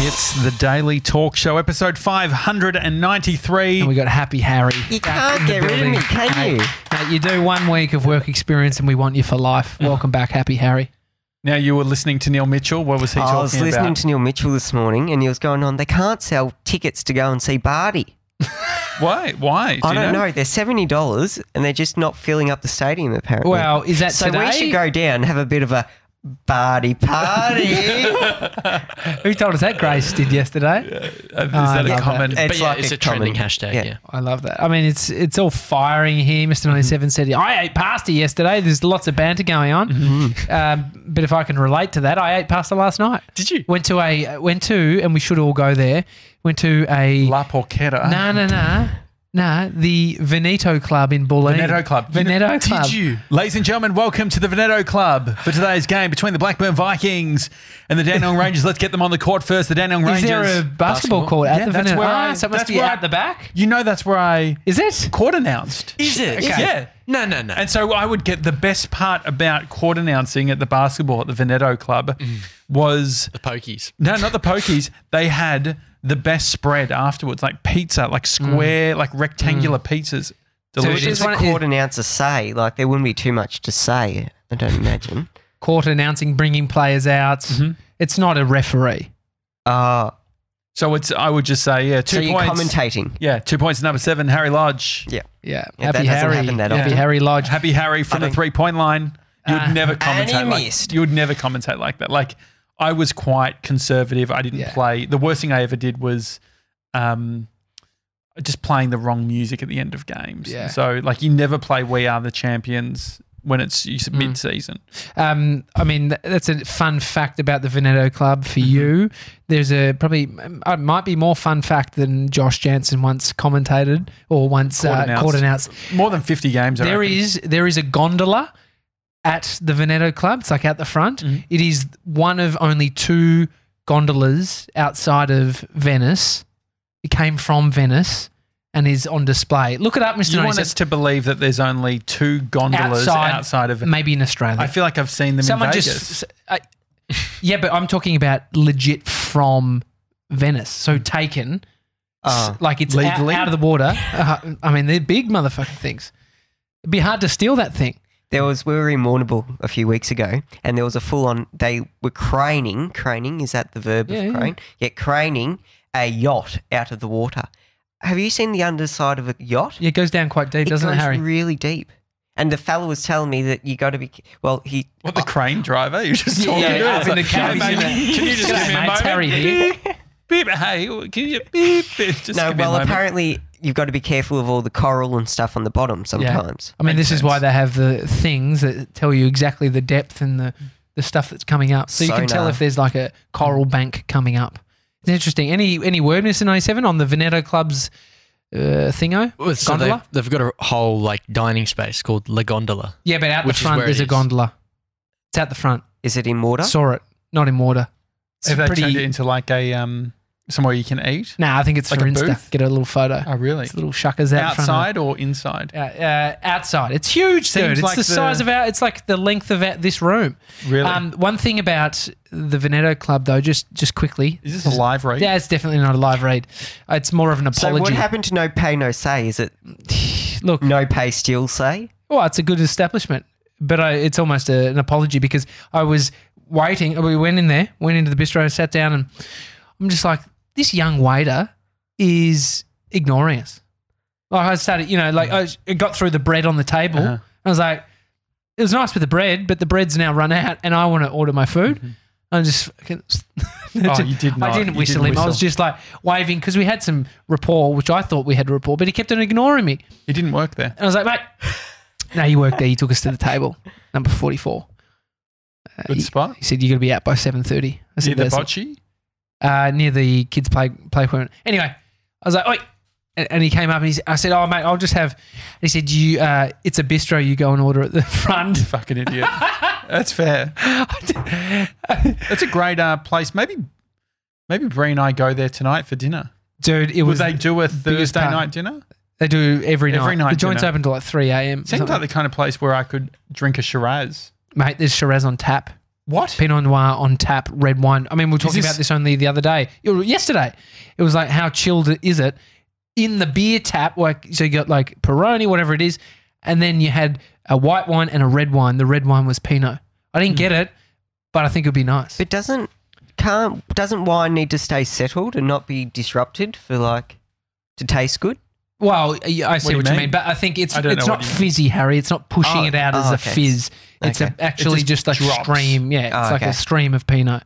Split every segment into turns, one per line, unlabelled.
It's the Daily Talk Show, episode 593.
And we got Happy Harry.
You
back
can't
in the
get rid of
building.
me, can you?
Mate, you do one week of work experience and we want you for life.
Mm.
Welcome back, Happy Harry.
now, you were listening to Neil Mitchell. What was he
I
talking
was listening
about?
to Neil Mitchell this morning, and he was going on. They can't sell tickets to go and see Barty.
Why? Why? Do
I
you
don't know? They're seventy dollars, and they're just not filling up the stadium apparently.
Well, is that
so
today?
we should go down and have a bit of a Barty party.
Who told us that Grace did yesterday?
Uh, Is
I
that a
love
common?
that.
But
It's
yeah,
like
it's
a
a, trending
common-
hashtag.
yeah.
Yeah.
I love that. I mean, it's it's all firing here.
Mm-hmm.
Mister Ninety Seven said, "I ate pasta yesterday." There's lots of banter going on,
Mm-hmm.
um, but if I can relate to that, I ate pasta last night.
Did you?
Went to a went to, and we should all go there. Went to a
La Porchetta.
no no no no the Veneto Club in Bulleen.
Veneto Club.
Veneto
Did
Club.
you? Ladies and gentlemen, welcome to the Veneto Club for today's game between the Blackburn Vikings and the Dandenong Rangers. Let's get them on the court first. The Dandenong
Is
Rangers.
there a basketball,
Basketball?
court at
Yeah,
the
that's
Veneto?
where
Ah,
I-
so it must
that's
be
where I-
out the back.
You know that's where I
Is it?
court announced.
Is it?
Okay.
Yeah.
No, no, no.
And so I would get the best part about court announcing at the basketball at the Veneto Club was
Mm. the pokies.
no, not the pokies. They had the best spread afterwards, like pizza,
Mm.
like square, like rectangular pizzas.
it
What
Delicious.
is
does
one-
a court announcer say? Like there wouldn't be too much to say. I don't imagine.
Court announcing bringing players out. It's not a referee.
Uh,
so it's I would just say yeah, two
so you're
points.
commentating.
yeah, two points. Number seven, Harry Lodge.
Yeah.
Yeah,
Yeah,
Happy
that doesn't
Harry.
happen that
Happy
often.
Harry Lodge.
Happy Harry from the three point line. You'd
Ah.
never
And he
commentate like
missed.
you would never commentate like that. Like I was quite conservative. I didn't
Yeah.
play. The worst thing I ever did was um, just playing the wrong music at the end of games.
Yeah.
So like you never play We Are the Champions when it's
Hmm.
mid season.
Um, I mean, th- that's a fun fact about the Veneto Club for you. There's a probably it might be more fun fact than Josh Jansen once commentated or once
Court
uh,
announced.
court announced.
More than fifty games. I
There
reckon.
is there is a gondola at the Veneto Club. It's like out the front.
Mm-hmm.
It is one of only two gondolas outside of Venice. It came from Venice and is on display. Look it up, Mister.
You want us to believe that there's only two gondolas
Outside.
outside, of?
maybe in Australia.
I feel like I've seen them
Someone
in Vegas.
just. I, yeah, but I'm talking about legit from Venice. So taken, s-
Oh.
like it's out,
Mm. Uh, Legally?
out of the water. Uh, I mean, they're big motherfucking things. It'd be hard to steal that thing.
There was we were in Warrnambool a few weeks ago, and there was a full on. They were craning. Craning is that the verb
Yeah,
of
yeah.
crane? Yeah, craning a yacht out of the water. Have you seen the underside of a yacht?
Yeah, it goes down quite deep, doesn't it,
goes
Harry?
Really deep. And the fella was telling me that you got to be well. He
What the crane driver? You're just talking
yeah,
to
up
us.
in the
Like,
cabin,
"Hey,
you
mate,
know."
Can you just give me a
Mate,
moment?
Terry here.
Beep, hey, can you beep? beep just
no.
give me a
Well,
moment.
apparently you've got to be careful of all the coral and stuff on the bottom sometimes.
I mean,
Makes
this is why
sense.
they have the things that tell you exactly the depth and the, the stuff that's coming up. So you can tell
Sonar.
if there's like a coral bank coming up. It's interesting. Any any word, Mr. 97, on the Veneto Club's uh, thingo?
Well, So they,
gondola?
they've got a whole like dining space called La Gondola.
Yeah, but out
Which
the
is
front
where it
there's a
is.
gondola. It's out the front.
Is it in water?
Saw it, not in water. It's
Have they
pretty.
turned it into like a um somewhere you can eat?
nah, I think it's
like
for
a
Insta.
booth?
Get a little photo.
Oh, really?
It's little shuckers out front.
Outside or inside?
Outside. Uh, uh, outside. It's huge,
Seems
dude. It's
like
the,
the-
size of our. It's like the length of our, this room.
Really?
Um, one thing about the Veneto Club, though, just just quickly.
Is this a live read?
Yeah, it's definitely not a live read. It's more of an
so what
apology.
happened to no pay, no say? Is it
Look,
no pay, still say?
Well, it's a good establishment, but I, it's almost a, an apology because I was waiting. We went in there, went into the bistro, sat down, and I'm just like, this young waiter is ignoring us. Like I started, you know, like I was- it got through the bread on the table.
Uh-huh.
I was like, it was nice with the bread, but the bread's now run out, and I want to order my food. I'm just. fucking-
Mm-hmm. Oh, you did not.
I didn't
You
whistle
didn't
him. I was
whistle.
just like waving because we had some rapport, which I thought we had rapport, but he kept on ignoring me.
He didn't work there.
And I was like, mate, no, you worked there. You took us to the table, number 44.
Good
Uh,
you-
spot.
He said, you're going to be out by 7.30. I
Near
said,
the
"That's-
bocce?
uh, near the kids' play playground. Anyway, I was like, oi. And, and he came up and he, s- I said, oh, mate, I'll just have. And he said, you, uh, it's a bistro. You go and order at the front.
Fucking idiot. That's fair. That's a great uh, place. Maybe maybe Bree and I go there tonight for dinner.
Dude, it
Would
was.
they do a Thursday
part.
night dinner?
they do every night.
Every night
The joint's
dinner.
open till like 3 a.m. or
Seems
something.
like the kind of place where I could drink a Shiraz.
mate, there's Shiraz on tap.
What?
Pinot Noir on tap, red wine. I mean, we were talking
this-
about this only the other day. It was Yesterday, it was like how chilled is it in the beer tap? Like, so you got like Peroni, whatever it is, and then you had a white wine and a red wine. The red wine was Pinot. I didn't get it, but I think it'd be nice.
But doesn't can't doesn't wine need to stay settled and not be disrupted for like to taste good?
Well, I I see
do you
what, you mean?
mean?
but I think it's
I don't
it's
know
not
what you
fizzy, Harry. It's not pushing
Oh,
it out as
oh,
a
okay.
fizz. It's a,
Okay.
actually
It
just,
just
like
drops.
stream. Yeah, it's
Oh,
like
okay.
a stream of peanut.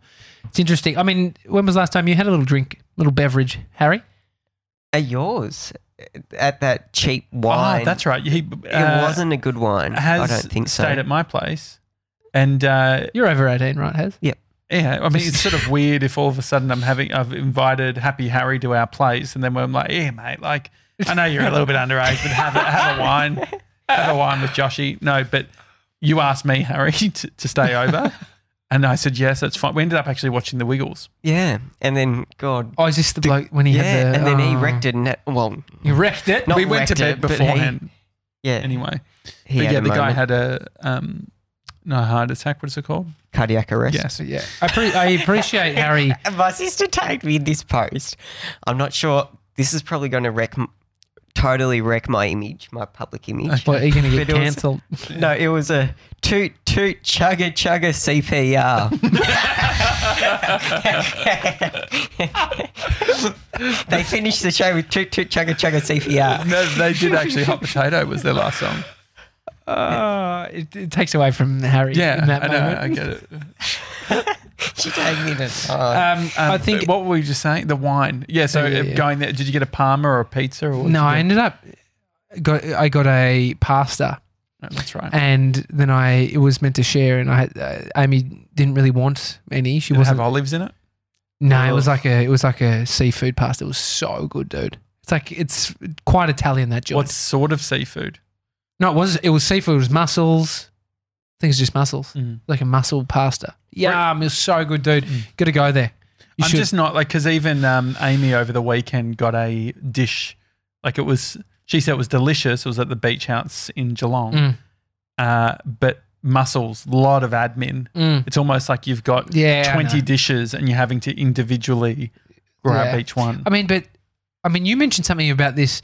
It's interesting. I mean, when was the last time you had a little drink, little beverage, Harry?
Are yours uh, at that cheap
Oh,
wine?
that's right. He, uh,
It wasn't a good wine.
Has
I don't think so.
stayed at my place, and uh,
You're over eighteen, right, Has?
yeah, I mean it's sort of weird if all of a sudden I'm having I've invited Happy Harry to our place, and then I'm like, yeah, mate, like I know you're a little bit underage, but have a, have a wine, have a wine with Joshy. No, but you asked me, Harry, to, to stay over, and I said yes, that's fine. We ended up actually watching The Wiggles.
yeah, and then God.
Oh, is this the bloke when he
yeah,
had the?
and then he
uh,
oh.
wrecked it. And that, well,
He wrecked it.
Not
we went to
wrecked
bed
it, but he-
beforehand
yeah,
anyway.
he
but
had
yeah,
a
the guy
moment.
had a um, no heart attack. What is it called?
cardiac arrest.
Yes.
yeah, I, pre- I appreciate Harry.
And My sister tagged me in this post. I'm not sure. This is probably going to wreck, m- totally wreck my image, my public image.
What, are you going to get
But it was-
cancelled?
No, it was a toot toot chugga chugga CPR. they finished the show with toot toot chugga chugga CPR.
No, they did actually. Hot Potato was their last song.
Uh, it, it takes away from Harry.
Yeah,
in that
I know.
moment.
I get it.
She tagged me in it. Oh,
Um,
Um,
I think
what were we just saying? The wine. Yeah. So
Yeah, yeah,
uh,
yeah.
going there, did you get a Parma or a pizza? Or what did
No, I
you
ended up got I got a pasta,
get? No, that's right.
and then I it was meant to share, and I had, uh, Amy didn't really want any. She
Did it
wasn't.
have olives in it?
no, it was like a it was like a seafood pasta. It was so good, dude. It's like it's quite Italian that joint.
What sort of seafood?
No, it was it was seafood. It was mussels. I think it's just mussels,
Mm.
like a mussel pasta. Yeah, it was so good, dude. Got to go there. You
I'm
should.
just not like because even um, Amy over the weekend got a dish, like it was. She said it was delicious. It was at the beach house in Geelong,
Mm.
uh, but mussels, lot of admin.
Mm.
It's almost like you've got
Yeah, I
20
know.
dishes and you're having to individually grab
Yeah.
each one.
I mean, but I mean, you mentioned something about this.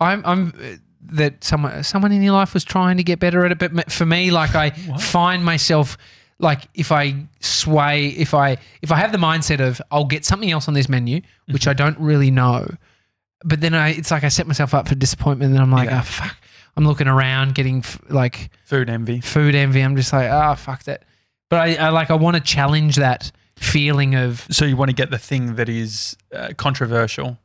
I'm, I'm uh, that someone, someone in your life was trying to get better at it. But m- for me, like I find myself, like if I sway, if I, if I have the mindset of I'll get something else on this menu, which I don't really know, but then I, it's like I set myself up for disappointment. And I'm like,
Yeah.
oh fuck, I'm looking around, getting f- like
Food envy.
food envy. I'm just like, ah, fuck that. But I, I like, I want to challenge that feeling of
So you want to get the thing that is uh, controversial.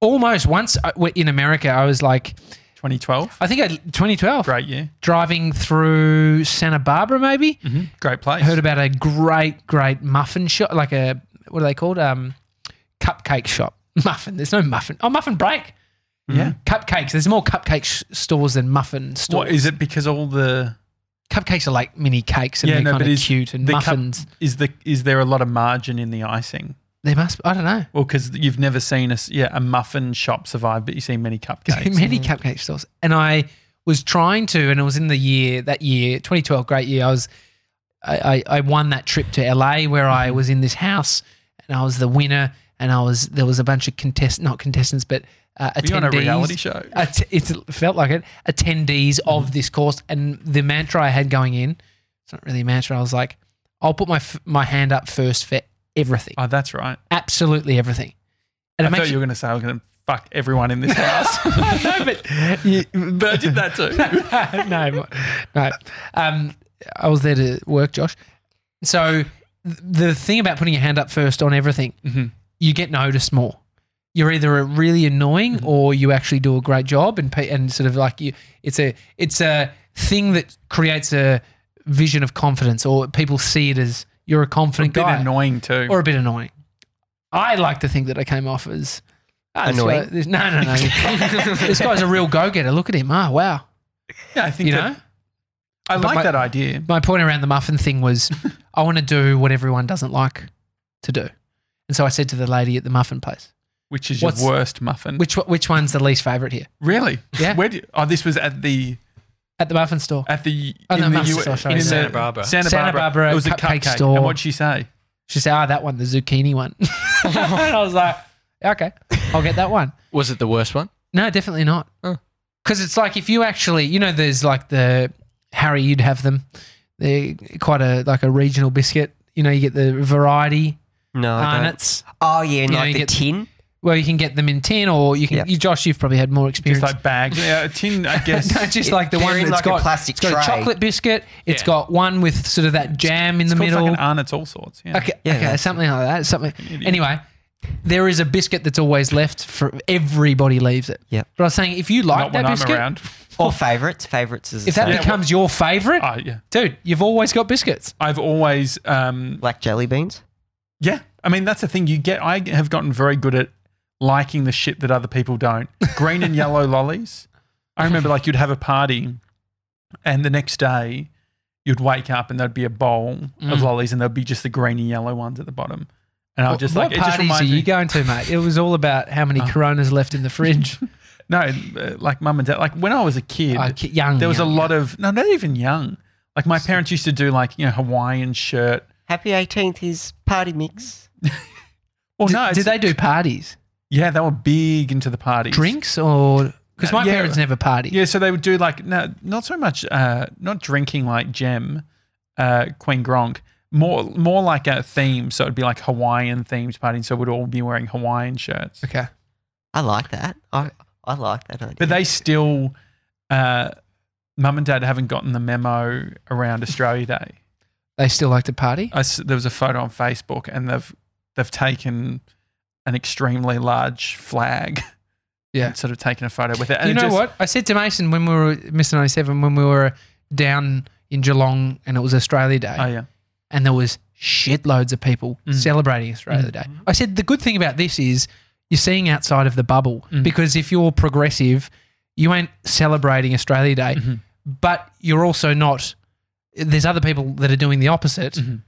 almost once I, in America, I was like,
2012,
I think I, 2012,
great year,
driving through Santa Barbara, maybe.
great place.
Mm-hmm. Heard about a great, great muffin shop, like a, what are they called? Um, cupcake shop. Muffin. There's no muffin. Oh, muffin break.
Yeah.
Cupcakes. There's more cupcake sh- stores than muffin stores.
Mm-hmm. What is it? Because all the
Cupcakes are like mini cakes and
yeah,
they're
no, but
kind of
is
cute and
the cup-
muffins.
is the is there a lot of margin in the icing?
they must, I don't know.
Well, because you've never seen a s- yeah a muffin shop survive, but you see many cupcakes.
many cupcake stores. And I was trying to, and it was in the year that year, 2012, great year. I was, I, I, I won that trip to LA where I
Mm-hmm.
was in this house, and I was the winner. And I was there was a bunch of contest, not contestants, but uh, attendees. Uh,
you on a reality show? Mm-hmm.
Att- it felt like it. Attendees of this course, and the mantra I had going in, it's not really a mantra. I was like, I'll put my f- my hand up first for everything,
oh, that's right.
absolutely everything. And
I
it
thought
makes
you were
you,
going to say I was going to fuck everyone in this house,
no, but you,
but I did that too.
no, no. Um, I was there to work, Josh. So th- the thing about putting your hand up first on everything,
Mm-hmm.
you get noticed more. You're either a really annoying
Mm-hmm.
or you actually do a great job, and pe- and sort of like you, it's a it's a thing that creates a vision of confidence, or people see it as you're a
A
confident
bit
guy,
annoying too.
or a bit annoying. I like to think that I came off as "Ah, this
Annoying?
guy- this- no, no, no. this guy's a real go-getter. Look at him. Ah, wow.
yeah, I think
You
that-
know.
I
But
like
my-
that idea.
my point around the muffin thing was I want to do what everyone doesn't like to do. And so I said to the lady at the muffin place,
Which is your
What's-
worst muffin?
which one- which one's the least favorite here?
Really?
Yeah.
Where do you, oh, this was at the
at the muffin store.
at the
Oh, no,
in the
Master
U-
Store, sorry.
in
Santa
the-
Barbara.
Santa,
Santa Barbara
It was a
cupcake
cupcake.
store.
And what'd she say?
She said, "Oh, that one, the zucchini one." and I was like, "Okay, I'll get that one."
Was it the worst one?
No, definitely not.
Oh.
Because it's like if you actually, you know, there's like the Harry, you'd have them. They're quite a like a regional biscuit. You know, you get the variety
No, I don't.
Arnott's.
Oh yeah, and
know,
like
you
the
get-
tin.
Well, you can get them in tin, or you can.
Yeah.
You, Josh, you've probably had more experience.
Just like bags. Yeah, a tin, I guess.
no, just
It-
like the
they're
one
in
that's
like a
got
plastic
It's got
tray.
a chocolate biscuit. It's
Yeah.
got one with sort of that jam in the
it's called
middle.
fucking Arnott's all sorts. Yeah.
Okay,
Yeah,
okay,
that's-
something like that. Something. Anyway, there is a biscuit that's always left for everybody leaves it.
Yep.
But I was saying, if you like
Not when
that biscuit,
I'm around.
Or favorites. Favorites is the
if that
same.
Yeah,
becomes your favorite,
Oh, yeah.
dude, you've always got biscuits.
I've always, um,
black jelly beans.
yeah. I mean, that's the thing. You get. I have gotten very good at liking the shit that other people don't. Green and yellow lollies. I remember, like, you'd have a party, and the next day, you'd wake up and there'd be a bowl of
Mm.
lollies, and there'd be just the green and yellow ones at the bottom. And I was
What,
just
what
like, it just
parties are
reminds
you
me. Ah.
going to, mate? It was all about how many Coronas left in the fridge.
No, uh, like mum and dad. Like when I was a kid,
Oh, ki- young.
there was
young,
a lot of no, not even young. Like my parents used to do like you know Hawaiian shirt.
Happy 18th is party mix.
Well,
Did,
no,
did
it's-
they do parties,
Yeah, they were big into the parties.
drinks, or because
No,
my
yeah.
parents never party?
Yeah, so they would do like no, not so much uh, not drinking like Gem, uh, Queen Gronk. More more like a theme. So it'd be like Hawaiian themed party. So we'd all be wearing Hawaiian shirts.
Okay.
I like that. I I like that idea.
But they still, uh, mum and dad haven't gotten the memo around Australia Day.
They still like to party.
I s there was a photo on Facebook, and they've they've taken an extremely large flag.
Yeah.
and sort of taken a photo with it. And
you
it
know
just-
what? I said to Mason when we were Mr. 97, when we were down in Geelong and it was Australia Day
Oh yeah,
and there was shitloads of people
Mm.
celebrating Australia Day. I said the good thing about this is you're seeing outside of the bubble
Mm.
because if you're progressive, you ain't celebrating Australia Day,
Mhm.
but you're also not there's other people that are doing the opposite.
Mhm.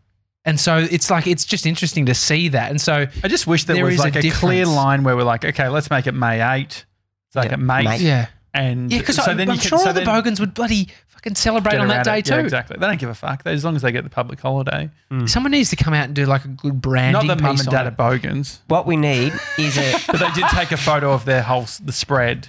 And so it's like it's just interesting to see that. And so
I just wish there,
There
was
is a
like a, clear
difference.
line where we're like, okay, let's make it May eight. It's like
Yeah,
a May,
May.
yeah.
and
Yeah, because
so
I'm,
then
I'm
you can,
sure
so
all the
then
Bogans would bloody fucking celebrate
get
on
around
that day
it.
too.
Yeah, exactly. They don't give a fuck. They, as long as they get the public holiday.
Someone needs to come out and do like a good
Not
branding.
that mum
piece
and
on
dad
it.
are bogans,
what we need is a
but they did take a photo of their whole s- the spread.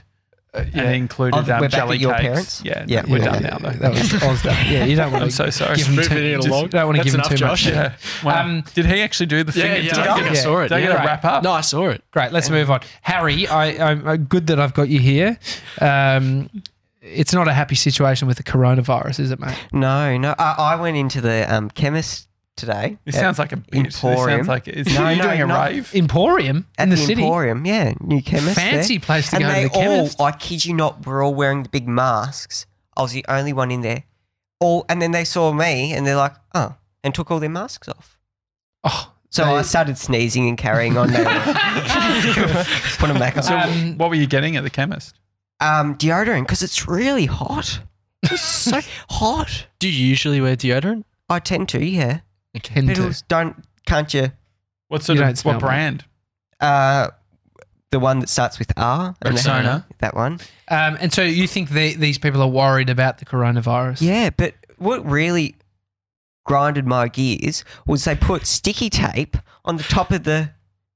Uh,
And it
Oh,
included um,
we're back
jelly
at your
cakes.
parents?
Yeah,
Yeah.
yeah, we're
Yeah,
done
yeah,
now though.
That was, I was done. Yeah, you don't want
I'm
to
so sorry.
give him too,
Moving it
just-
along.
Don't want
That's
to give him
enough,
too
Josh.
much.
Yeah. Wow.
Um,
did he actually do the
Yeah,
finger?
yeah,
did
I,
he
think
get
I
a-
saw it.
Did I get
yeah.
a wrap up?
No, I saw it.
Great. Let's move on. Harry, I, I'm uh, good that I've got you here. Um, it's not a happy situation with the coronavirus, is it, mate?
no, no. I, I went into the um, chemist today. Uh,
This
at-
sounds like a bitch. This
Emporium.
sounds like is,
No,
are you
no,
doing a
no.
rave?
Emporium
at
in the,
the,
city.
Emporium. Yeah, new chemist. there.
Fancy place to
and
go to
they
the chemist.
all, I kid you not, were all wearing the big masks. I was the only one in there. All, and then they saw me, and they're like, "Oh," and took all their masks off.
oh,
So
they-
I started sneezing and carrying on. They were- Put them back on.
um,
What were you getting at the chemist?
um, deodorant because it's really hot. It's so hot.
Do you usually wear deodorant?
I tend to, yeah.
tend
But it
to.
was- don't can't you?
What sort
You don't
of
smell
what
it.
brand?
Uh, the one that starts with R. and the-
Rexona.
That one.
Um, and so you think they, these people are worried about the coronavirus?
Yeah, but what really grinded my gears was they put sticky tape on the top of the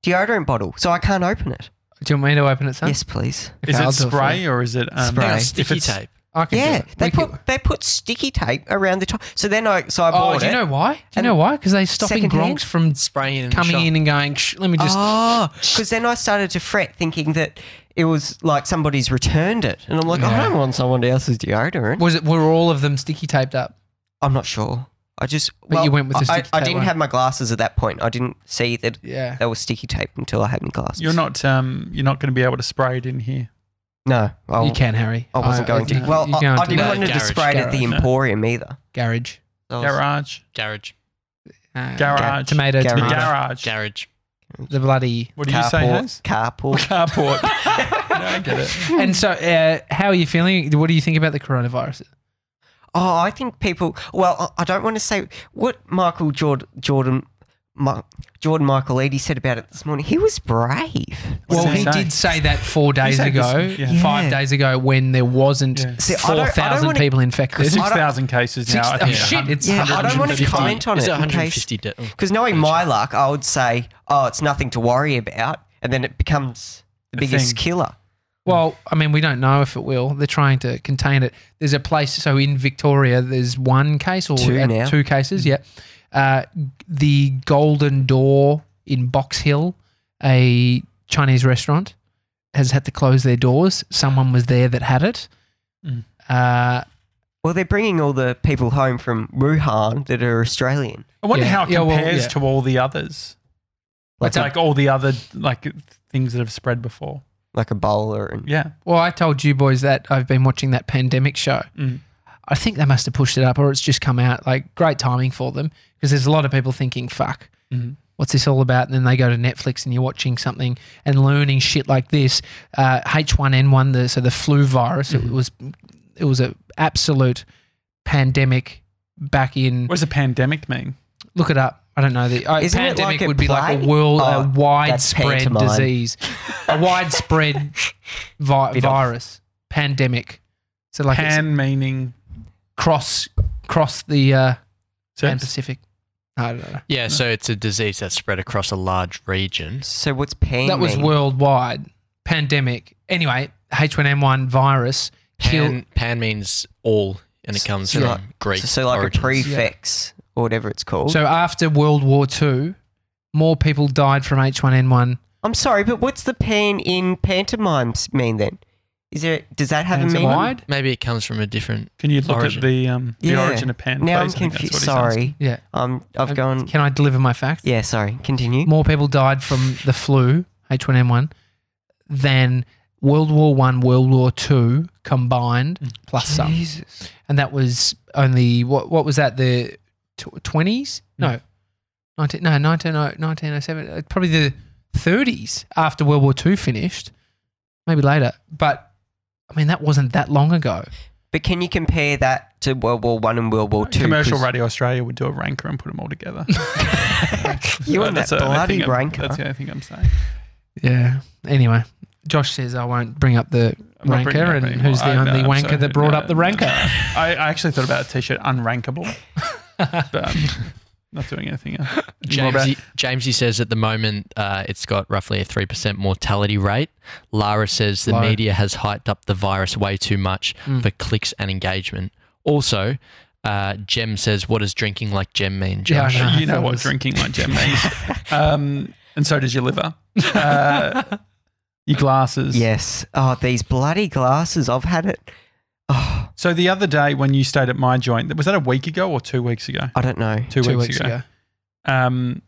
deodorant bottle, so I can't open it.
Do you want me to open it, son?
Yes, please.
is
Okay, I'll
it
do it for
spray
you.
or is it um,
Spray. Hang on,
if
Sticky
it's-
tape.
I can do
Yeah,
it.
they
We can-
put they put sticky tape around the top. So then I so I bought
Oh, do you
it.
know why? Do you
And
know why? Because they're stopping
secondhand?
Gronks from
Spraying in the
coming
shop.
in and going. Shh, let me just.
Oh, because then I started to fret thinking that it was like somebody's returned it. And I'm like, I
Yeah.
don't want someone else's deodorant.
Was it? Were all of them sticky taped up?
I'm not sure. I just.
But you went with the
I,
sticky
I
tape
didn't
one.
have my glasses at that point. I didn't see that
Yeah.
they were sticky tape until I had my glasses.
You're not um, you're not going to be able to spray it in here.
No. I,
you can, Harry.
Oh. I wasn't going to.
no,
Well,
you
I,
can't
I
do
didn't
that.
want to
Garage,
display it at the
garage, no.
Emporium either.
garage.
So I was-
Garage,
Garage.
Uh,
Garage.
Tomato.
Garage.
the
Tomato.
garage.
Garage.
The bloody.
What do you say? Hayes?
Carport.
Carport. no, I get it.
And so, uh, how are you feeling? What do you think about the coronavirus?
Oh, I think people. Well, I I don't want to say what Michael Jord, Jordan Mi- Jordan Michael Eady said about it this morning. He was brave.
What
Well,
did
he
he say?
did say that four days
said this-
ago,
yeah.
five
Yeah.
days ago, when there wasn't
Yeah.
See, I don't- I don't
four thousand
wanna-
people infected.
Six thousand cases now.
Six-
I think.
oh, shit, it's
Yeah, I don't want to
150
comment on
is
it.
it
in case-
150 de- oh.
Because knowing my luck, I would say, oh, it's nothing to worry about. And then it becomes the
A
biggest
thing.
killer.
Well, I mean, we don't know if it will. They're trying to contain it. There's a place, so in Victoria, there's one case or
Two now. Mm.
two cases, yeah. Uh, the Golden Door in Box Hill, a Chinese restaurant, has had to close their doors. Someone was there that had it.
Mm.
Uh,
Well, they're bringing all the people home from Wuhan that are Australian.
I wonder
Yeah.
how it
Yeah, well,
compares
yeah.
to all the others.
Like
Like,
What's
like all the other like things that have spread before.
Like a bowler and
Yeah.
well, I told you boys that I've been watching that pandemic show.
Mm.
I think they must have pushed it up or it's just come out. Like, great timing for them because there's a lot of people thinking, fuck,
Mhm.
what's this all about? And then they go to Netflix and you're watching something and learning shit like this. Uh, H1N1, the, so the flu virus, it was it was a absolute pandemic back in.
What does a pandemic mean?
Look it up. I don't know. The uh,
Isn't it
pandemic
like a
would be like a
plague?
world,
Oh,
a
that's
widespread
pantomime.
disease, a widespread vi-
Bit off.
virus, pandemic. So like it's
Pan meaning
cross cross the. Uh, Pan
so
Pacific. No, I don't know.
Yeah, so it's a disease that's spread across a large region.
So what's pan
That was
mean?
worldwide pandemic. Anyway, H1N1 virus killed.
Pan, pan means all, and it comes
So
from
like-
Greek.
so, so like
origins.
a prefix or whatever it's called.
So after World War II, more people died from H1N1.
I'm sorry, but what's the pan in pantomimes mean then? Is there does that have a meaning?
Worldwide?
Maybe it comes from a different.
can you look
Origin.
at the um the
Yeah.
origin of pan?
Now I'm
please? I think that's
confused.
what he's asking.
Sorry,
Yeah.
um, I've
Uh,
gone.
Can I deliver my fact?
Yeah, sorry. Continue.
More people died from the flu, H1N1, than World War One, World War Two combined,
Mm.
plus some.
Jesus.
and that was only what what was that the twenties?
Mm.
No, nineteen no 19, 1907, uh, probably the thirties after World War II finished, maybe later. But I mean, that wasn't that long ago.
But can you compare that to World War One and World War Two?
Commercial
'Cause
Radio Australia would do a ranker and put them all together.
You and
That's
that
the only
bloody
thing I'm-
ranker.
That's the only thing I'm saying.
Yeah. Anyway, Josh says I won't bring up the
I'm not bringing it
ranker,
up
and
anymore.
who's the
I- no,
only
I'm
wanker
sorry.
that brought
No,
up the
no,
ranker?
no. I, I actually thought about a t-shirt, unrankable, but um, not doing anything else. More about-
Jamesy, Jamesy says at the moment uh, it's got roughly a 3% mortality rate. Lara says the
Low.
media has hyped up the virus way too much
Mm.
for clicks and engagement. Also, uh, Jem says, what does drinking like Jem mean,
Yeah, I
Josh?
know.
you know
thought it
what
was-
drinking like gem means. um, and so does your liver. Uh, your glasses.
Yes. Oh, these bloody glasses. I've had it. Oh,
So the other day when you stayed at my joint, was that a week ago or two weeks ago?
I don't know.
Two, weeks, ago. Um,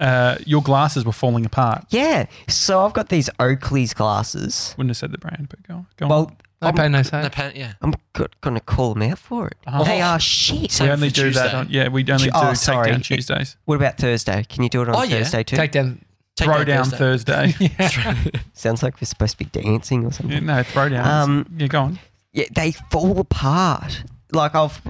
uh, your glasses were falling apart.
Yeah. So I've got these Oakley's glasses.
Wouldn't have said the brand, but go on. Go on.
Well,
No
I'm,
pain, no
No,
say.
pan- yeah.
I'm go- gonna call them out for it.
Uh-huh.
They are shit.
So-
we only
for
do that
Tuesday.
on, yeah, we only do
Oh,
take
sorry.
down Tuesdays.
What about Thursday? Can you do it on
Oh, yeah.
Thursday too?
Take down.
Take
throw
that
down
Thursday.
Thursday.
Sounds like we're supposed to be dancing or something.
Yeah, no, throw down.
Um,
yeah, go on.
yeah, they fall apart. Like I've,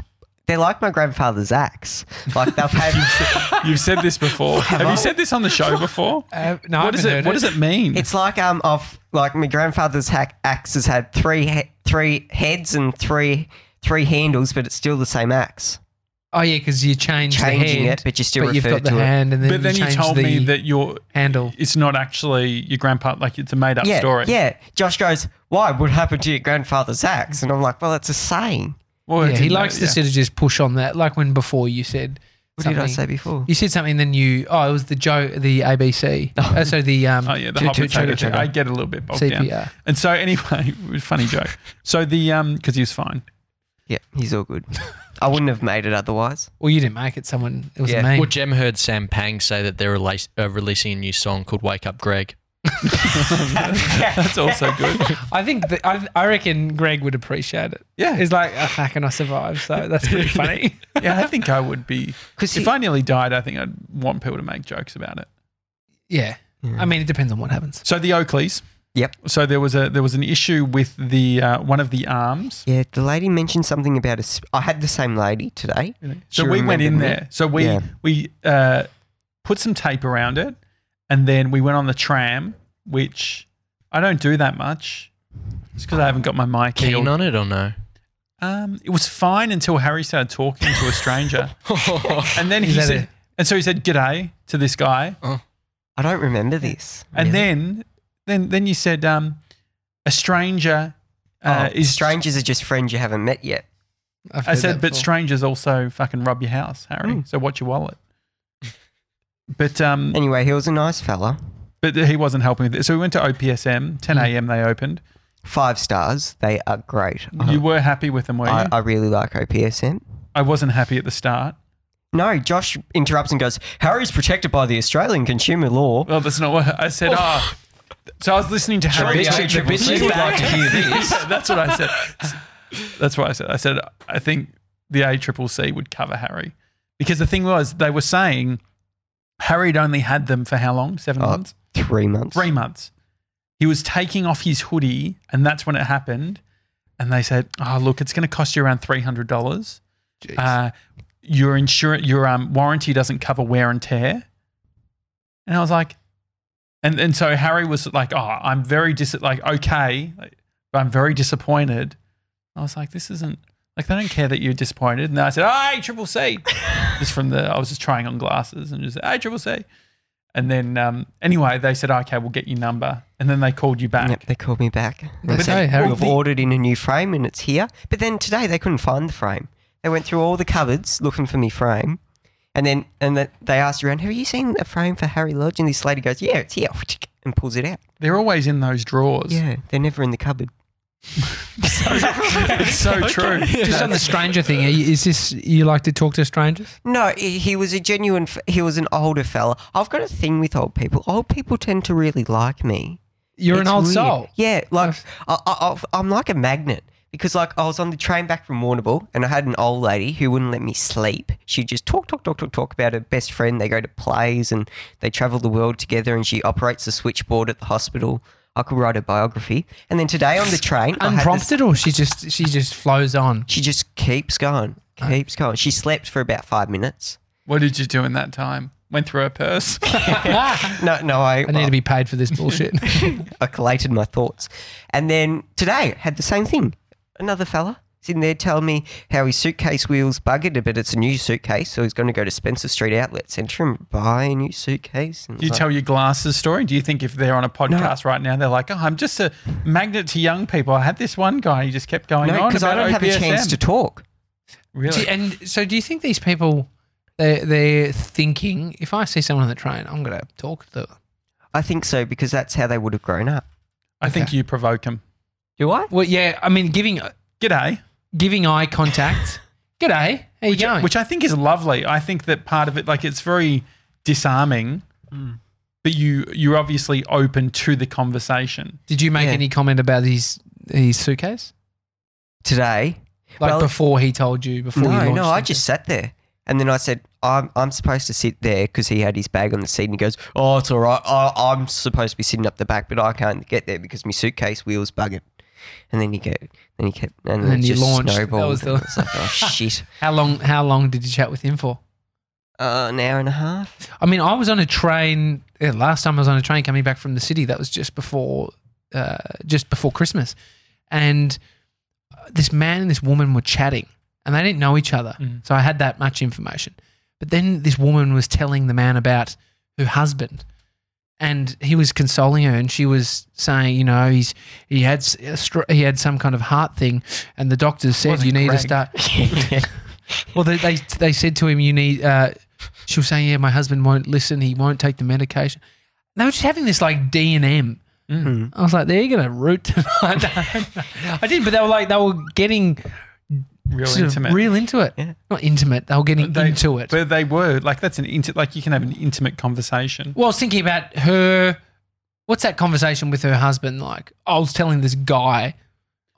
they're like my grandfather's axe. Like they've had.
You've said this before. Have,
I?
you said this on the show before?
Uh, no, I
what does
haven't
it,
heard
What
it.
does it mean?
it's like um, I've like my grandfather's hack axe has had three he- three heads and three three handles, but it's still the same axe.
Oh yeah, because you change
Changing
the
it,
hand,
but you still
but you've
refer
got the
to it.
hand, and then
but then you
change
told
the
me that you're.
handle.
It's not actually your grandpa. Like it's a made up
Yeah,
story.
yeah. Josh goes, "Why? What happened to your grandfather's axe?" And I'm like, "Well, that's a saying."
Well,
yeah,
it's
he
in
likes
the-
to
yeah.
sort of just push on that, like when before you said.
What
something.
did I say before?
You said something, then you. Oh, it was the Joe, the ABC. Oh, so the um.
Oh yeah, the
Choo-
hot
choo-
potato.
choo- choo-
thing. I get Oh, a little bit bogged down.
CPR.
And so anyway, funny joke. So the um, because he was fine.
Yeah, he's all good. I wouldn't have made it otherwise.
Well, you didn't make it. Someone. It was
Yeah.
a meme.
Well, Jem heard Sam Pang say that they're release, uh, releasing a new song called Wake Up Greg.
That's also good.
I think that, I, I reckon Greg would appreciate it.
Yeah.
He's like, oh, fuck, and I survived. So that's pretty funny.
Yeah, I think I would be.
'Cause
if
he-
I nearly died, I think I'd want people to make jokes about it.
yeah. I mean, it depends on what happens.
So the Oakleys.
Yep.
So there was a there was an issue with the uh, one of the arms.
Yeah, the lady mentioned something about a. Sp- I had the same lady today.
So
She
we went in
remembered me.
there. So we
Yeah.
we uh, put some tape around it, and then we went on the tram, which I don't do that much. It's because I haven't got my mic
Keen
healed.
on it or no?
Um, it was fine until Harry started talking to a stranger, and then he
Is that
said,
it?
and so he said "g'day" to this guy,
I don't remember this.
and
Really?
then, then, then you said, um, "A stranger uh,
oh,
is
strangers are just friends you haven't met yet.
I've
I
heard
said, but
that before. Hmm.
strangers also fucking rob your house, Harry. So watch your wallet. But um,
Anyway, he was a nice fella.
but he wasn't helping. with it. So we went to OPSM, 10
Mm.
a.m. They opened.
Five stars. They are great. I-
Uh-huh.
you were happy with them, were you?
I,
I,
I really like OPSM.
wasn't happy at the start.
No, Josh interrupts and goes, Harry's protected by the Australian consumer law.
Well, that's not what I said. Oh. So I was listening to
Sure,
Harry.
the
talk-
ACCC
bitch-
would like to hear this.
Yeah, that's what I said. That's what I said. I said I think the ACCC would cover Harry because the thing was they were saying Harry had only had them for how long? Seven
Oh,
months.
Three months.
three months. He was taking off his hoodie, and that's when it happened. And they said, "Oh, look, it's going to cost you around three hundred dollars.
Jeez.
Uh, your insurance, your um, warranty doesn't cover wear and tear." And I was like, and and so Harry was like, "Oh, I'm very dis like okay, like, but I'm very disappointed." I was like, "This isn't." Like they don't care that you're disappointed, and then I said, "Oh, "Hey, triple C," just from the I was just trying on glasses and just, "Hey, triple C," and then um, anyway they said, "Okay, we'll get your number," and then they called you back.
Yep, they called me back.
They
They
say,
said,
Harry-
We've
the-
ordered in a new frame and it's here. But then today they couldn't find the frame. They went through all the cupboards looking for me frame. And then and the, they asked around, Have you seen a frame for Harry Lodge? And this lady goes, Yeah, it's here. And pulls it out.
They're always in those drawers.
Yeah, they're never in the cupboard.
It's so true.
Just on the stranger thing, are you- is this you like to talk to strangers?
No, he he was a genuine. f- He was an older fella. I've got a thing with old people. Old people tend to really like me.
You're an
It's
old
weird.
soul.
Yeah, like I, I, I've- I'm like a magnet because like I was on the train back from Warrnambool and I had an old lady who wouldn't let me sleep. She just talk, talk, talk, talk, talk about her best friend. They go to plays and they travel the world together. And she operates the switchboard at the hospital. I could write her biography. And then today on the train, I had this-
Unprompted, or she just she just flows on.
she just keeps going, keeps going. She slept for about five minutes.
What did you do in that time? Went through her purse.
I
No, no, I,
need to be paid for this bullshit.
I collated my thoughts. And then today had the same thing. Another fella sitting there telling me how his suitcase wheels buggered, but it's a new suitcase, so he's going to go to Spencer Street Outlet Centre and buy a new suitcase. And
Do you
like,
tell your glasses story? Do you think if they're on a podcast right now, they're like, "Oh, I'm just a magnet to young people." I had this one guy; he just kept going
no,
on
because I
about
don't have a
OPSM.
chance to talk.
Do
Really?
you- and so, do you think these people they they're thinking if I see someone on the train, I'm going to talk to them?
I think so because that's how they would have grown up.
I think you provoke him.
Do I?
Well, yeah, I mean, giving
G'day,
giving eye contact. G'day, how you going?
which I think is lovely. I think that part of it, like, it's very disarming, but you you're obviously open to the conversation.
Did you make
Yeah.
any comment about his his suitcase?
Today?
Like
Well-
before he told you before you
No,
launched
no, I
into-
just sat there. And then I said, I'm, I'm supposed to sit there because he had his bag on the seat and he goes, Oh, it's all right. I, I'm supposed to be sitting up the back, but I can't get there because my suitcase wheels buggered. And then he kept, then he kept, and,
And then
it
you
just
launched. That
snowballed.
was the-
And it's like, Oh, shit.
how long how long did you chat with him for?
Uh, an hour and a half.
I mean, I was on a train yeah, last time. I was on a train coming back from the city. That was just before, uh, just before Christmas, and this man and this woman were chatting, and they didn't know each other.
Mm.
So I had that much information. But then this woman was telling the man about her husband, and he was consoling her, and she was saying, you know, he's he had s- a stro- he had some kind of heart thing, and the doctors said
Wasn't
you need to
Greg.
start. Well, they, they they said to him, "You need." Uh, she was saying, "Yeah, my husband won't listen. He won't take the medication." They were just having this like D and M.
Mm.
I was like, "They're gonna root tonight." I did, but they were like, they were getting
Real
sort of
intimate.
real into it.
Yeah.
Not intimate. They were getting
They-
into it.
But they were like that's an inti- like you can have an intimate conversation.
Well, I was thinking about her. What's that conversation with her husband like? I was telling this guy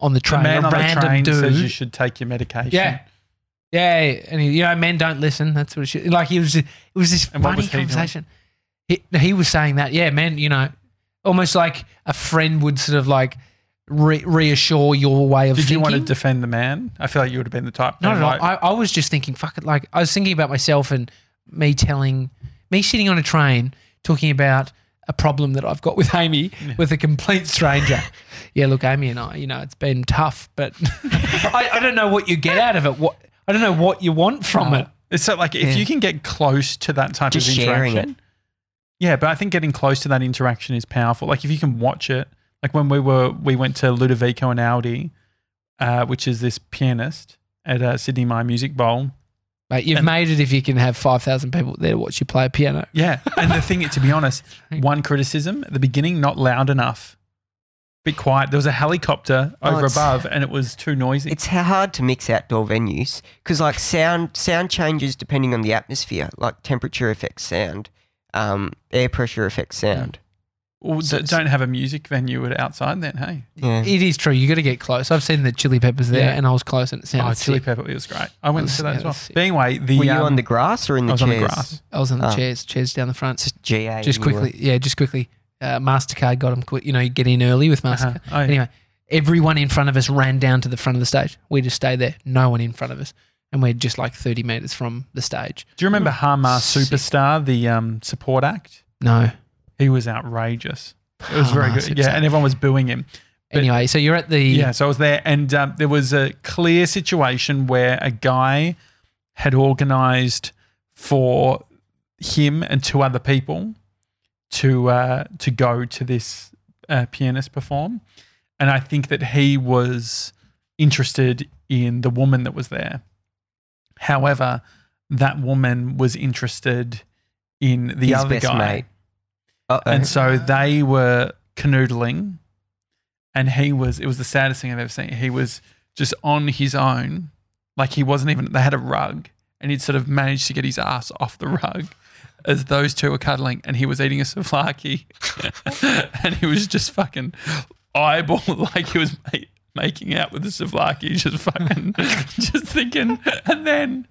on the
The
train,
man
a
on the
random
train
dude.
says you should take your medication.
Yeah. Yeah, and he, you know, men don't listen. That's what it should, like. He was it was this
And what
funny
was he doing?
conversation. He, he was saying that, yeah, man, you know, almost like a friend would sort of like re- reassure your way of
Did
thinking.
you want to defend the man? I feel like you would have been the type.
no,
being
no, no.
like,
I, I was just thinking, fuck it. Like I was thinking about myself and me telling me sitting on a train talking about a problem that I've got with Amy with a complete stranger. yeah, look, Amy and I, you know, it's been tough, but I, I don't know what you get out of it. What I don't know what you want from it.
It's so like if you can get close to that type
Just
of
sharing
interaction. Yeah, but I think getting close to that interaction is powerful. Like if you can watch it, like when we were we went to Ludovico and Audi, uh, which is this pianist at uh, Sydney My Music Bowl.
Mate, you've
And-
made it if you can have five thousand people there to watch you play a piano.
Yeah, and the thing, to be honest, one criticism at the beginning, not loud enough, bit quiet. There was a helicopter
Oh,
over
it's-
above, and it was too noisy.
It's hard to mix outdoor venues because like sound sound changes depending on the atmosphere. Like temperature affects sound, um, air pressure affects sound.
Well, d- don't have a music venue at outside then, hey?
Yeah.
It is true. You got to get close. I've seen the Chili Peppers there,
Yeah.
and I was close, and it sounded
Oh, Chili
sick.
Pepper, it was great. I went
That's-
to that
yeah,
as well.
that's sick.
But anyway, the
Were you
um,
on the grass or in
I
the
was on
chairs?
the grass.
I was on the
Oh.
chairs, chairs down the front.
It's just GA.
just
you were-
quickly, yeah, just quickly. Uh, Mastercard got them quick. You know, you get in early with Mastercard.
Uh-huh. Oh, yeah.
Anyway, everyone in front of us ran down to the front of the stage. We just stayed there. No one in front of us, and we're just like thirty meters from the stage.
Do you remember Hamar
Sick.
Superstar, the um, support act?
No.
He was outrageous. It was very
Hamar
good. Yeah,
Superstar.
and everyone was booing him. But-
Anyway, so you're at the
Yeah, so I was there, and um, there was a clear situation where a guy had organised for him and two other people to uh, to go to this uh, pianist perform, and I think that he was interested in the woman that was there. However, that woman was interested in the
His
other
best
guy.
mate. Uh-oh.
And so they were canoodling, and he was, it was the saddest thing I've ever seen. He was just on his own. Like he wasn't even, they had a rug, and he'd sort of managed to get his ass off the rug as those two were cuddling, and he was eating a souvlaki, and he was just fucking eyeball, like he was ma- making out with the souvlaki, just fucking, just thinking. And then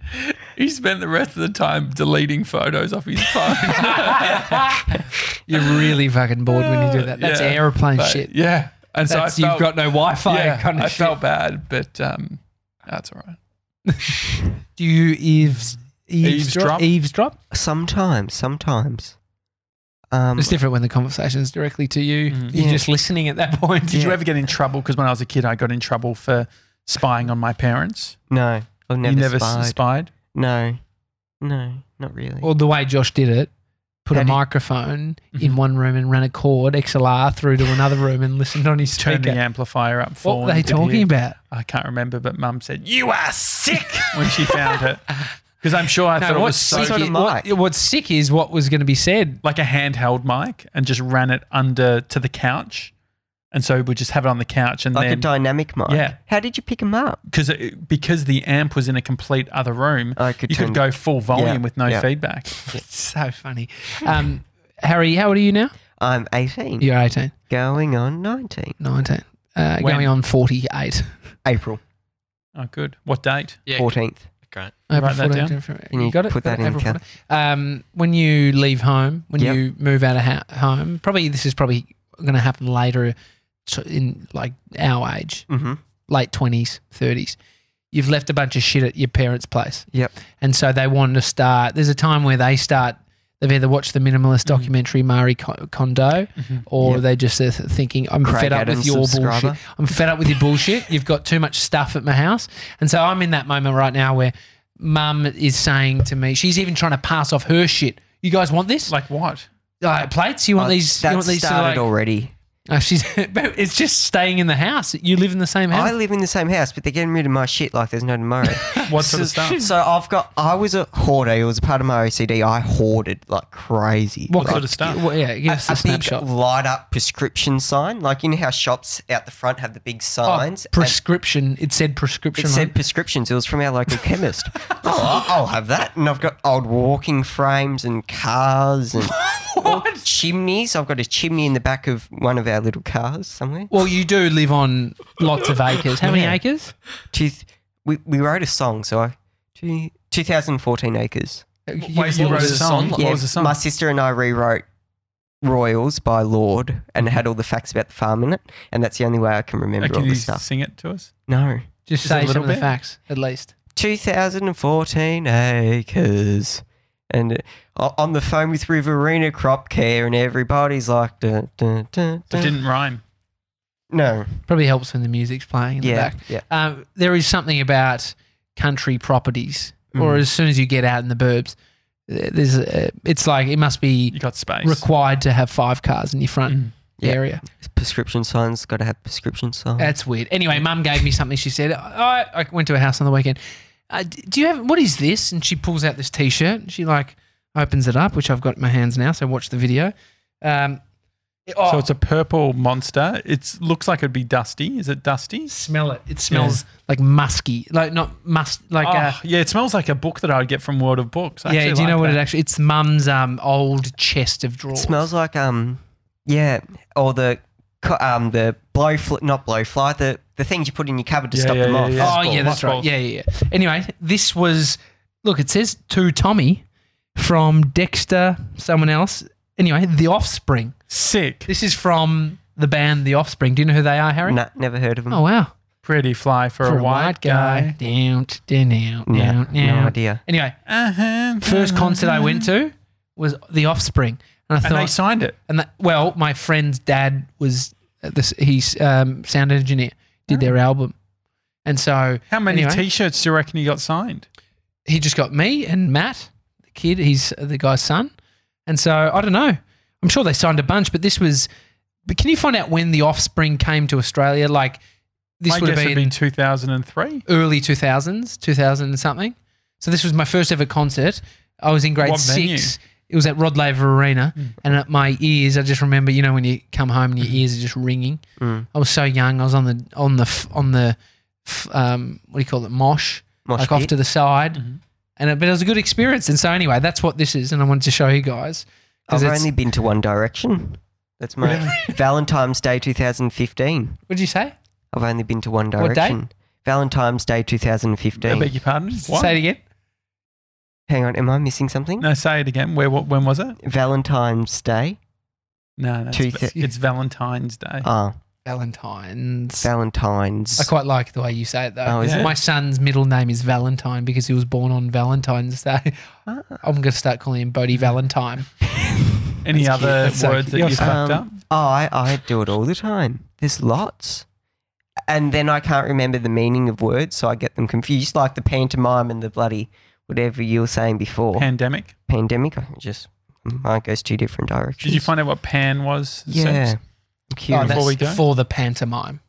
he spent the rest of the time deleting photos off his phone.
You're really fucking bored when you do that. That's
Yeah,
airplane
But,
shit.
Yeah, and so I
That's,
felt,
you've got no Wi-Fi
yeah,
kind of
I
shit.
felt bad, but um, that's all right.
Do you eaves
Eavesdrop?
eavesdrop? Eavesdrop.
sometimes, sometimes. Um,
It's different when the conversation's directly to you. You're
Mm.
Yeah.
just listening at that point.
Did you ever get in trouble? Because when I was a kid, I got in trouble for spying on my parents.
no, I've never,
you never
spied.
s- spied.
no, no, not really.
Or the way Josh did it, put a
How do you-
microphone
Mm-hmm.
in one room and ran a cord XLR through to another room and listened on his
Turn the
speaker.
amplifier up for.
What were they
and did
talking
it.
about?
I can't remember, but Mum said you are sick when she found it. Because I'm sure I thought it was
what's
so
sick
Sort of
is, what,
mic.
what's sick is what was going to be said.
like a handheld mic and just ran it under to the couch, and so we just have it on the couch and
like a
then
dynamic mic.
Yeah.
How did you pick him up?
because because the amp was in a complete other room,
I could
you
turn-
could go full volume
Yeah,
with no
yeah.
feedback.
It's so funny. Um, Harry, how old are you now?
I'm 18,
You're 18,
going on 19.
19, uh,
When?
going on 48.
April
Oh, good. What date?
Yeah,
14th.
great.
April
Write that
14,
down.
January.
Can you
got it?
put that in,
April
Kath?
14. Um, when you leave home, when
Yep.
you move out of ha- home, probably this is probably going to happen later so in like our age,
Mm-hmm.
late 20s, 30s. You've left a bunch of shit at your parents' place.
Yep.
And so they want to start. There's a time where they start. They've either watched the minimalist documentary Marie Ko- Kondo, or
Mm. Yep.
they just are th- thinking, "I'm
Craig
fed up
Adams
with your
subscriber.
bullshit. I'm fed up with your bullshit. You've got too much stuff at my house." And so I'm in that moment right now where Mum is saying to me, she's even trying to pass off her shit. You guys want this? Like
Like what?
plates? You want these?
That
You want these? to,
started
like-
already.
Uh, she's. but it's just staying in the house. You live in the same house.
I live in the same house, but they're getting rid of my shit like there's no tomorrow.
What sort of
so,
stuff?
so I've got. I was a hoarder. It was a part of my OCD. I hoarded like crazy.
what
Like,
sort of stuff?
Well, yeah, give us a,
a big
snapshot.
light up prescription sign, like you know how shops out the front have the big
Oh,
signs. and
prescription. It said prescription.
it
on
said prescriptions. It was from our local chemist. oh, I- I'll have that. And I've got old walking frames and cars and
What?
chimneys. I've got a chimney in the back of one of our little cars somewhere.
Well, you do live on lots of acres. How many
Yeah.
acres?
Two, we, we wrote a song, so I, two, 2014 acres.
Wait, you
what
wrote a
was the
song?
song
What
like?
was the song?
My sister and I rewrote Royals by Lord and it
Mm-hmm.
had all the facts about the farm in it, and that's the only way I can
Uh,
remember all
Can you
the stuff.
sing it to us?
No.
Just
Just a
say some
little
of the
bit.
facts, at least.
2014 acres. And uh, o- on the phone with Riverina Crop Care, and everybody's like, duh, duh, duh,
It
duh.
didn't rhyme.
no,
Probably helps when the music's playing in the
yeah,
back.
yeah,
Um, there is something about country properties,
Mm.
or as soon as you get out in the burbs, th- there's a, it's like it must be
You got space.
required to have five cars in your front
Mm.
Yeah.
area.
prescription signs. Got to have prescription signs.
That's weird. Anyway, mum gave me something. She said, I, I went to her house on the weekend. Uh, d- do you have, what is this? And she pulls out this t shirt and she like opens it up, which I've got in my hands now. So watch the video. Um, it- oh,
So it's a purple monster. It looks like it'd be dusty. Is it dusty?
smell it. It smells like musky, like not must, like, uh,
oh, yeah, it smells like a book that I would get from World of Books. I
yeah, do you
actually
know
like
what it
that.
actually, it's mum's um, old chest of drawers.
It smells like um, yeah, or the co- um the blowfly, not blowfly, the the things you put in your cupboard to
Yeah,
stop
yeah,
them
yeah,
off.
yeah.
Oh,
Musk
yeah,
balls,
that's
musk
right.
balls.
Yeah, yeah, yeah. Anyway, this was, look, it says to Tommy from Dexter, someone else. Anyway, The Offspring.
Sick.
This is from the band The Offspring. Do you know who they are, Harry?
Nah, never heard of them.
Oh wow!
Pretty fly for, a, white, guy.
Down, down, down,
no,
down,
no idea.
Anyway,
Uh-huh.
first concert I went to was The Offspring, and I
And they
thought,
signed it.
and that, well, my friend's dad was uh, this. He's um, sound engineer, did their album, and so
Oh. How many
Anyway.
T-shirts do you reckon he got signed?
he just got me and Matt, the kid. He's the guy's son, and so I don't know. I'm sure they signed a bunch, but this was. But can you find out when the Offspring came to Australia? Like this
My
would have
guess
been,
would be 2003.
early 2000s, 2000 and something. So this was my first ever concert. I was in grade
What
six.
venue? Hmm.
It was at Rod Laver Arena, and at my ears, I just remember, you know, when you come home and your ears are just ringing.
Mm.
I was so young. I was on the on the f- on the f- um, what do you call it, mosh,
Mosh
like off
pit.
to the side,
Mm-hmm.
and it, but it was a good experience. And so anyway, that's what this is, and I wanted to show you guys. 'cause
I've
it's-
only been to One Direction. That's my Valentine's Day 2015.
What'd you say?
I've only been to One
What date?
Direction. Valentine's Day
I
2015.
beg your pardon. What?
Say it again.
Hang on, am I missing something?
no, say it again. Where? What, when was it?
Valentine's Day.
No, that's,
Two
it's-
thou-
it's Valentine's Day.
Oh,
Ah,
Valentine's.
Valentine's.
I quite like the way you say it though.
Oh, is
Yeah. it?
My son's middle name is Valentine because he was born on Valentine's Day. I'm going to start calling him Bodie Valentine.
Any
that's cute.
other
That's so
words
cute.
that you
You're
fucked up?
Um, Oh, I, I do it all the time. There's lots. And then I can't remember the meaning of words, so I get them confused, like the pantomime and the bloody whatever you were saying before.
Pandemic.
Pandemic. I just, mm, mine goes two different directions.
Did you find out what pan was?
Yeah.
Sense? Oh,
Curious.
that's- Before we go?
Oh, for the pantomime.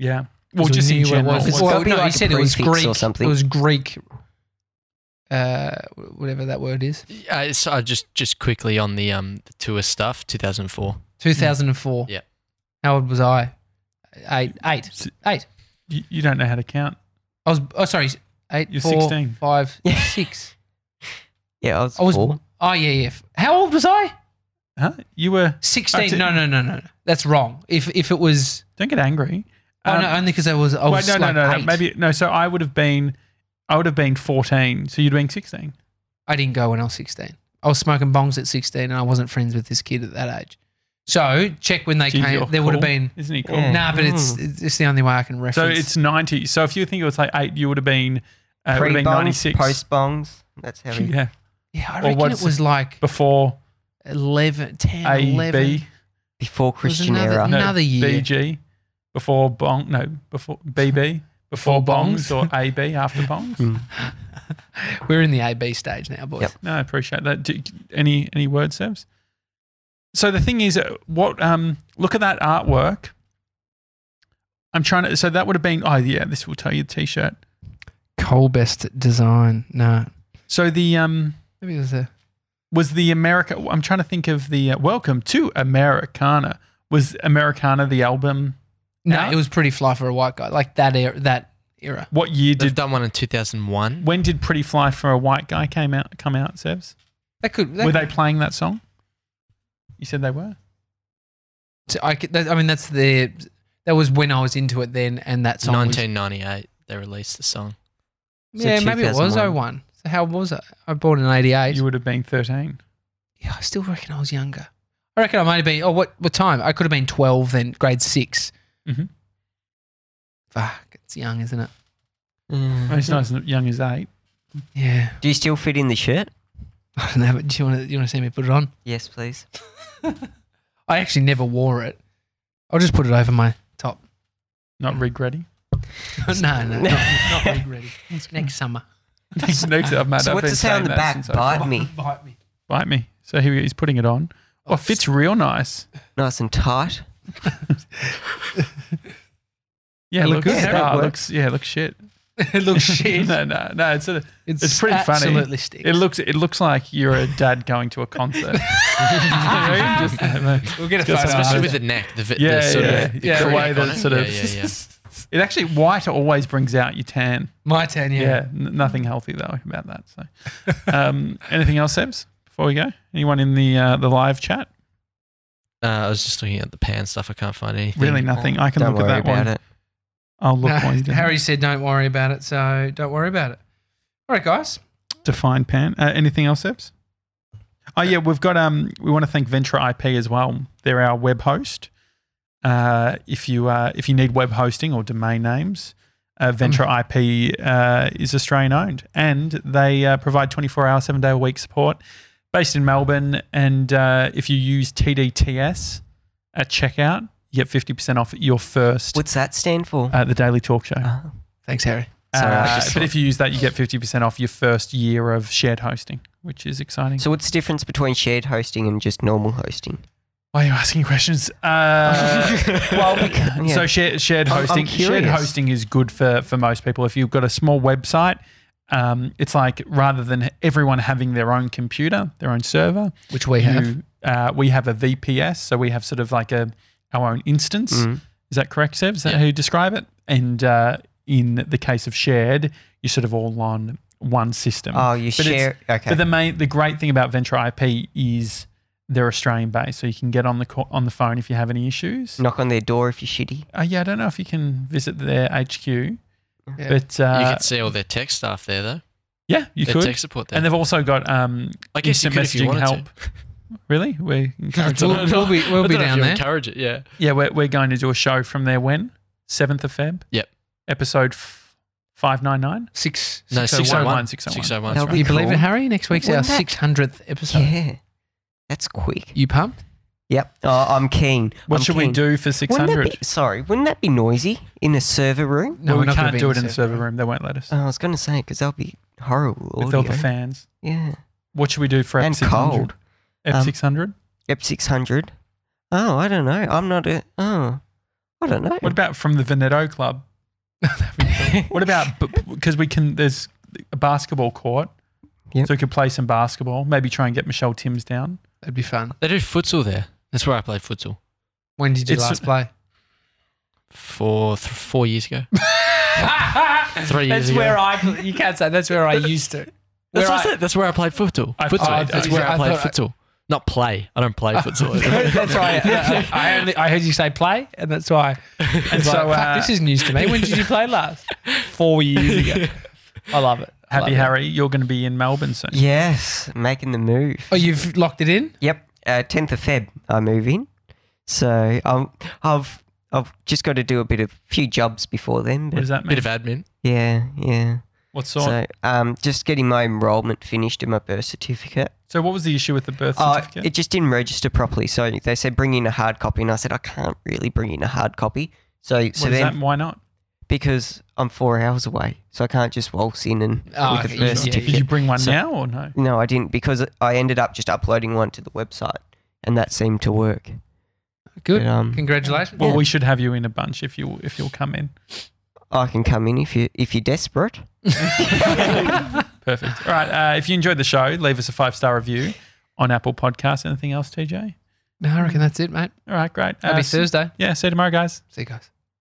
Yeah. Well,
Because
just
we
in
knew what it
general.
was.
It's
what-
gotta be
no, he
like a
said it was
prefix or
Greek
something.
It was Greek. Uh, whatever that word is.
Uh, so I just just quickly on the um the tour stuff, 2004.
2004.
Yeah.
How old was I? Eight. Eight.
S-
Eight.
you, you don't know how to count.
I was. Oh, sorry. Eight.
You're
four,
16.
Five.
Yeah.
Six.
yeah, I was,
I was.
four.
Oh yeah, yeah. How old was I?
Huh? You were.
16.
That's it.
no, no, no, no. no. That's wrong. If if it was.
Don't get angry.
Oh
Um,
no, only because I was. I
wait,
was
no, no,
like
no, no.
eight.
Maybe no. So I would have been, I would have been fourteen. So you'd have been sixteen.
I didn't go when I was sixteen. I was smoking bongs at sixteen, and I wasn't friends with this kid at that age. So check when they
Jeez,
came.
you're
There would have
cool.
been.
Isn't he cool?
Yeah.
Nah, but it's it's the only way I can
So
reference.
it's ninety. So if you think it was like eight, you would have been, uh, it would have been ninety
Pre-bongs,
six.
post-bongs. That's how we...
Yeah,
yeah, I
or
reckon it
what's-
was like
before
11, 10,
A
11.
B
Before
was
Christian
another-
era.
no,
Another year.
BG before bong no before BB before
Before
bongs
bongs. Hmm.
or AB after bongs.
We're in the AB stage now, boys.
Yep.
No, I appreciate that. Do, any any word serves. So the thing is, uh, what um, look at that artwork. I'm trying to. So that would have been. Oh yeah, this will tell you the T-shirt.
Cole best design. No,
So the um
maybe it was a.
was the America. I'm trying to think of the uh, Welcome to Americana. Was Americana the album?
No,
No?
it was pretty fly for a white guy. Like that era. That era.
What year
They've
did?
done one in 2001.
When did Pretty Fly for a White Guy came out? Come out, Sebs.
That could. That
Were they playing that song? You said they were.
So I, could- that, I mean, that's the that was when I was into it then, and that song.
1998, they released the song.
Was,
So
yeah, maybe it was
2001.
01. So how was I? I bought an 88.
You would have been 13.
yeah, I still reckon I was younger. I reckon I might have been. Oh, what what time? I could have been 12 then, grade six.
Mhm.
Fuck, it's young, isn't it?
Mm. Well, He's not as young as eight.
Yeah.
Do you still fit in the shirt?
I don't know, but do you want to, you want to see me put it on?
Yes, please.
I actually never wore it. I'll just put it over my top.
Not regretting.
no, no, not, not rig ready. Next summer.
Next, next, I've made,
So
I've
what's
been
it say on
saying
the
that
back?
since I-
Bite me.
Bite me.
Bite me. So here we go. he's putting it on. Oh, fits real nice.
Nice and tight.
Yeah,
That
look,
looks
looks,
good.
Yeah, that
yeah, it
works.
looks yeah, it looks shit.
it looks shit.
no, no, no. It's a,
It's,
It's pretty funny.
Absolutely stinks.
it looks it looks like you're a dad going to a concert. You know what I mean? Just-
We'll get a
Just
photo.
Especially
Uh,
with the neck, the, vi-
yeah,
the sort
yeah,
of the
yeah, the
cream
way that
on it.
sort of-
yeah, yeah, yeah.
It actually white always brings out your tan.
my tan.
Yeah,
Yeah.
n- nothing healthy though about that. So, um, anything else, Sebs? Before we go, anyone in the uh, the live chat?
Uh, I was just looking at the pan stuff. I can't find anything.
Really, nothing. I can
Don't
look at
worry
that
about
one.
it.
I'll look
No,
while you do that.
Harry said, "Don't worry about it." So don't worry about it. All right, guys.
Define pan. Uh, anything else, Ebs? Oh yeah, we've got um. We want to thank Ventura IP as well. They're our web host. Uh, if you uh, if you need web hosting or domain names, uh, Ventura IP uh, is Australian owned, and they uh, provide twenty four hour, seven day a week support, based in Melbourne. And uh, if you use TDTS at checkout, you get fifty percent off your first
What's that stand for?
uh, the Daily Talk Show.
Oh.
Thanks, Harry.
sorry, I
Uh,
just
but
thought-
if you use that, you get fifty percent off your first year of shared hosting, which is exciting.
So what's the difference between shared hosting and just normal hosting?
Why are you asking questions? Uh, well,
Yeah.
so shared, shared
I'm- I'm
hosting. shared
curious.
hosting is good for for most people. If you've got a small website, um, it's like rather than everyone having their own computer, their own server,
Which we
you-
have.
uh, we have a VPS, so we have sort of like a our own instance.
Mm.
Is that correct, Seb? Is that how you describe it? And uh, in the case of shared, you're sort of all on one system.
Oh, you
Mm. But it's-
share. Okay.
But the main, the great thing about Venture IP is they're Australian based, so you can get on the co- on the phone if you have any issues.
Knock on their door if you're shitty.
Uh, yeah, I don't know if you can visit their HQ,
Yeah.
but
You
uh,
could see all their tech stuff there, though.
yeah, you
their
could.
tech support there.
and they've also got um,
I guess you
instant
could if you
messaging
wanted to.
help. Really, we encourage
We'll,
them.
we'll be we'll
I
be
don't know if
down
you
there.
Encourage it, yeah.
Yeah, we're, we're going to do a show from there when seventh of Feb.
Yep.
Episode f- five nine nine.
Six.
No, 601.
601.
601.
That'll
that's
You
right.
be
believe
cool.
it, Harry? Next week's our
Wouldn't that-
six hundredth episode.
Yeah. That's quick.
You pumped?
Yep. Oh, I'm keen.
What
I'm
should we
keen.
do for six
Wouldn't
hundred?
that be, sorry, wouldn't that be noisy in a server room?
No,
well,
we're
we
not gonna
can't
be
do it in the
set.
server room. They won't let us
Oh, I was going to say, because that'll be horrible
with
audio.
all the fans.
yeah.
What should we do for F
And
six hundred?
cold.
F
Um,
six hundred.
Yep, 600. Oh, I don't know. I'm not a... Oh, I don't know.
What about from the Veneto Club? What about because we can? There's a basketball court,
Yep.
so we could play some basketball. Maybe try and get Michelle Timms down.
That'd be fun.
They do futsal there. That's where I played futsal
When did you
It's-
last play?
for th- four years ago. Three years
That's
ago.
where I. You can't say that's where I used to.
that's,
Where
what I
I-
said. that's where I played futsal.
I-
Futsal.
oh, I
that's
thought-
where I,
I
played
thought-
futsal. Not play. I don't play futsal.
that's right. I, I only I heard you say play, and that's why. And so
so, uh,
this is news to me. When did you play last? Four years ago. I love it. I
Happy
love it.
Harry, you're going to be in Melbourne soon.
Yes, making the move.
Oh, you've locked it in.
Yep, uh, 10th of Feb I move in. So um, I've I've just got to do a bit of few jobs before then.
What
But
does that
Bit
mean?
of admin.
yeah, yeah.
What sort? So,
So um, just getting my enrolment finished and my birth certificate.
what was the issue with the birth
Uh,
certificate?
it just didn't register properly. So they said bring in a hard copy, and I said I can't really bring in a hard copy. So so
What is
then
that? Why not?
because I'm four hours away, so I can't just waltz in and
Oh,
with
okay,
a
yeah,
birth
yeah,
certificate.
Did you bring one
So-
now or no?
No, I didn't because I ended up just uploading one to the website, and that seemed to work.
Good.
But, um,
Congratulations.
Well, we should have you in a bunch if you if you'll come in.
I can come in if you if you're desperate.
Perfect. All right. Uh, if you enjoyed the show, leave us a five star review on Apple Podcasts. Anything else, TJ?
no, I reckon that's it, mate.
All right, great.
Happy
Uh,
Thursday.
Yeah. See you tomorrow, guys.
See you guys.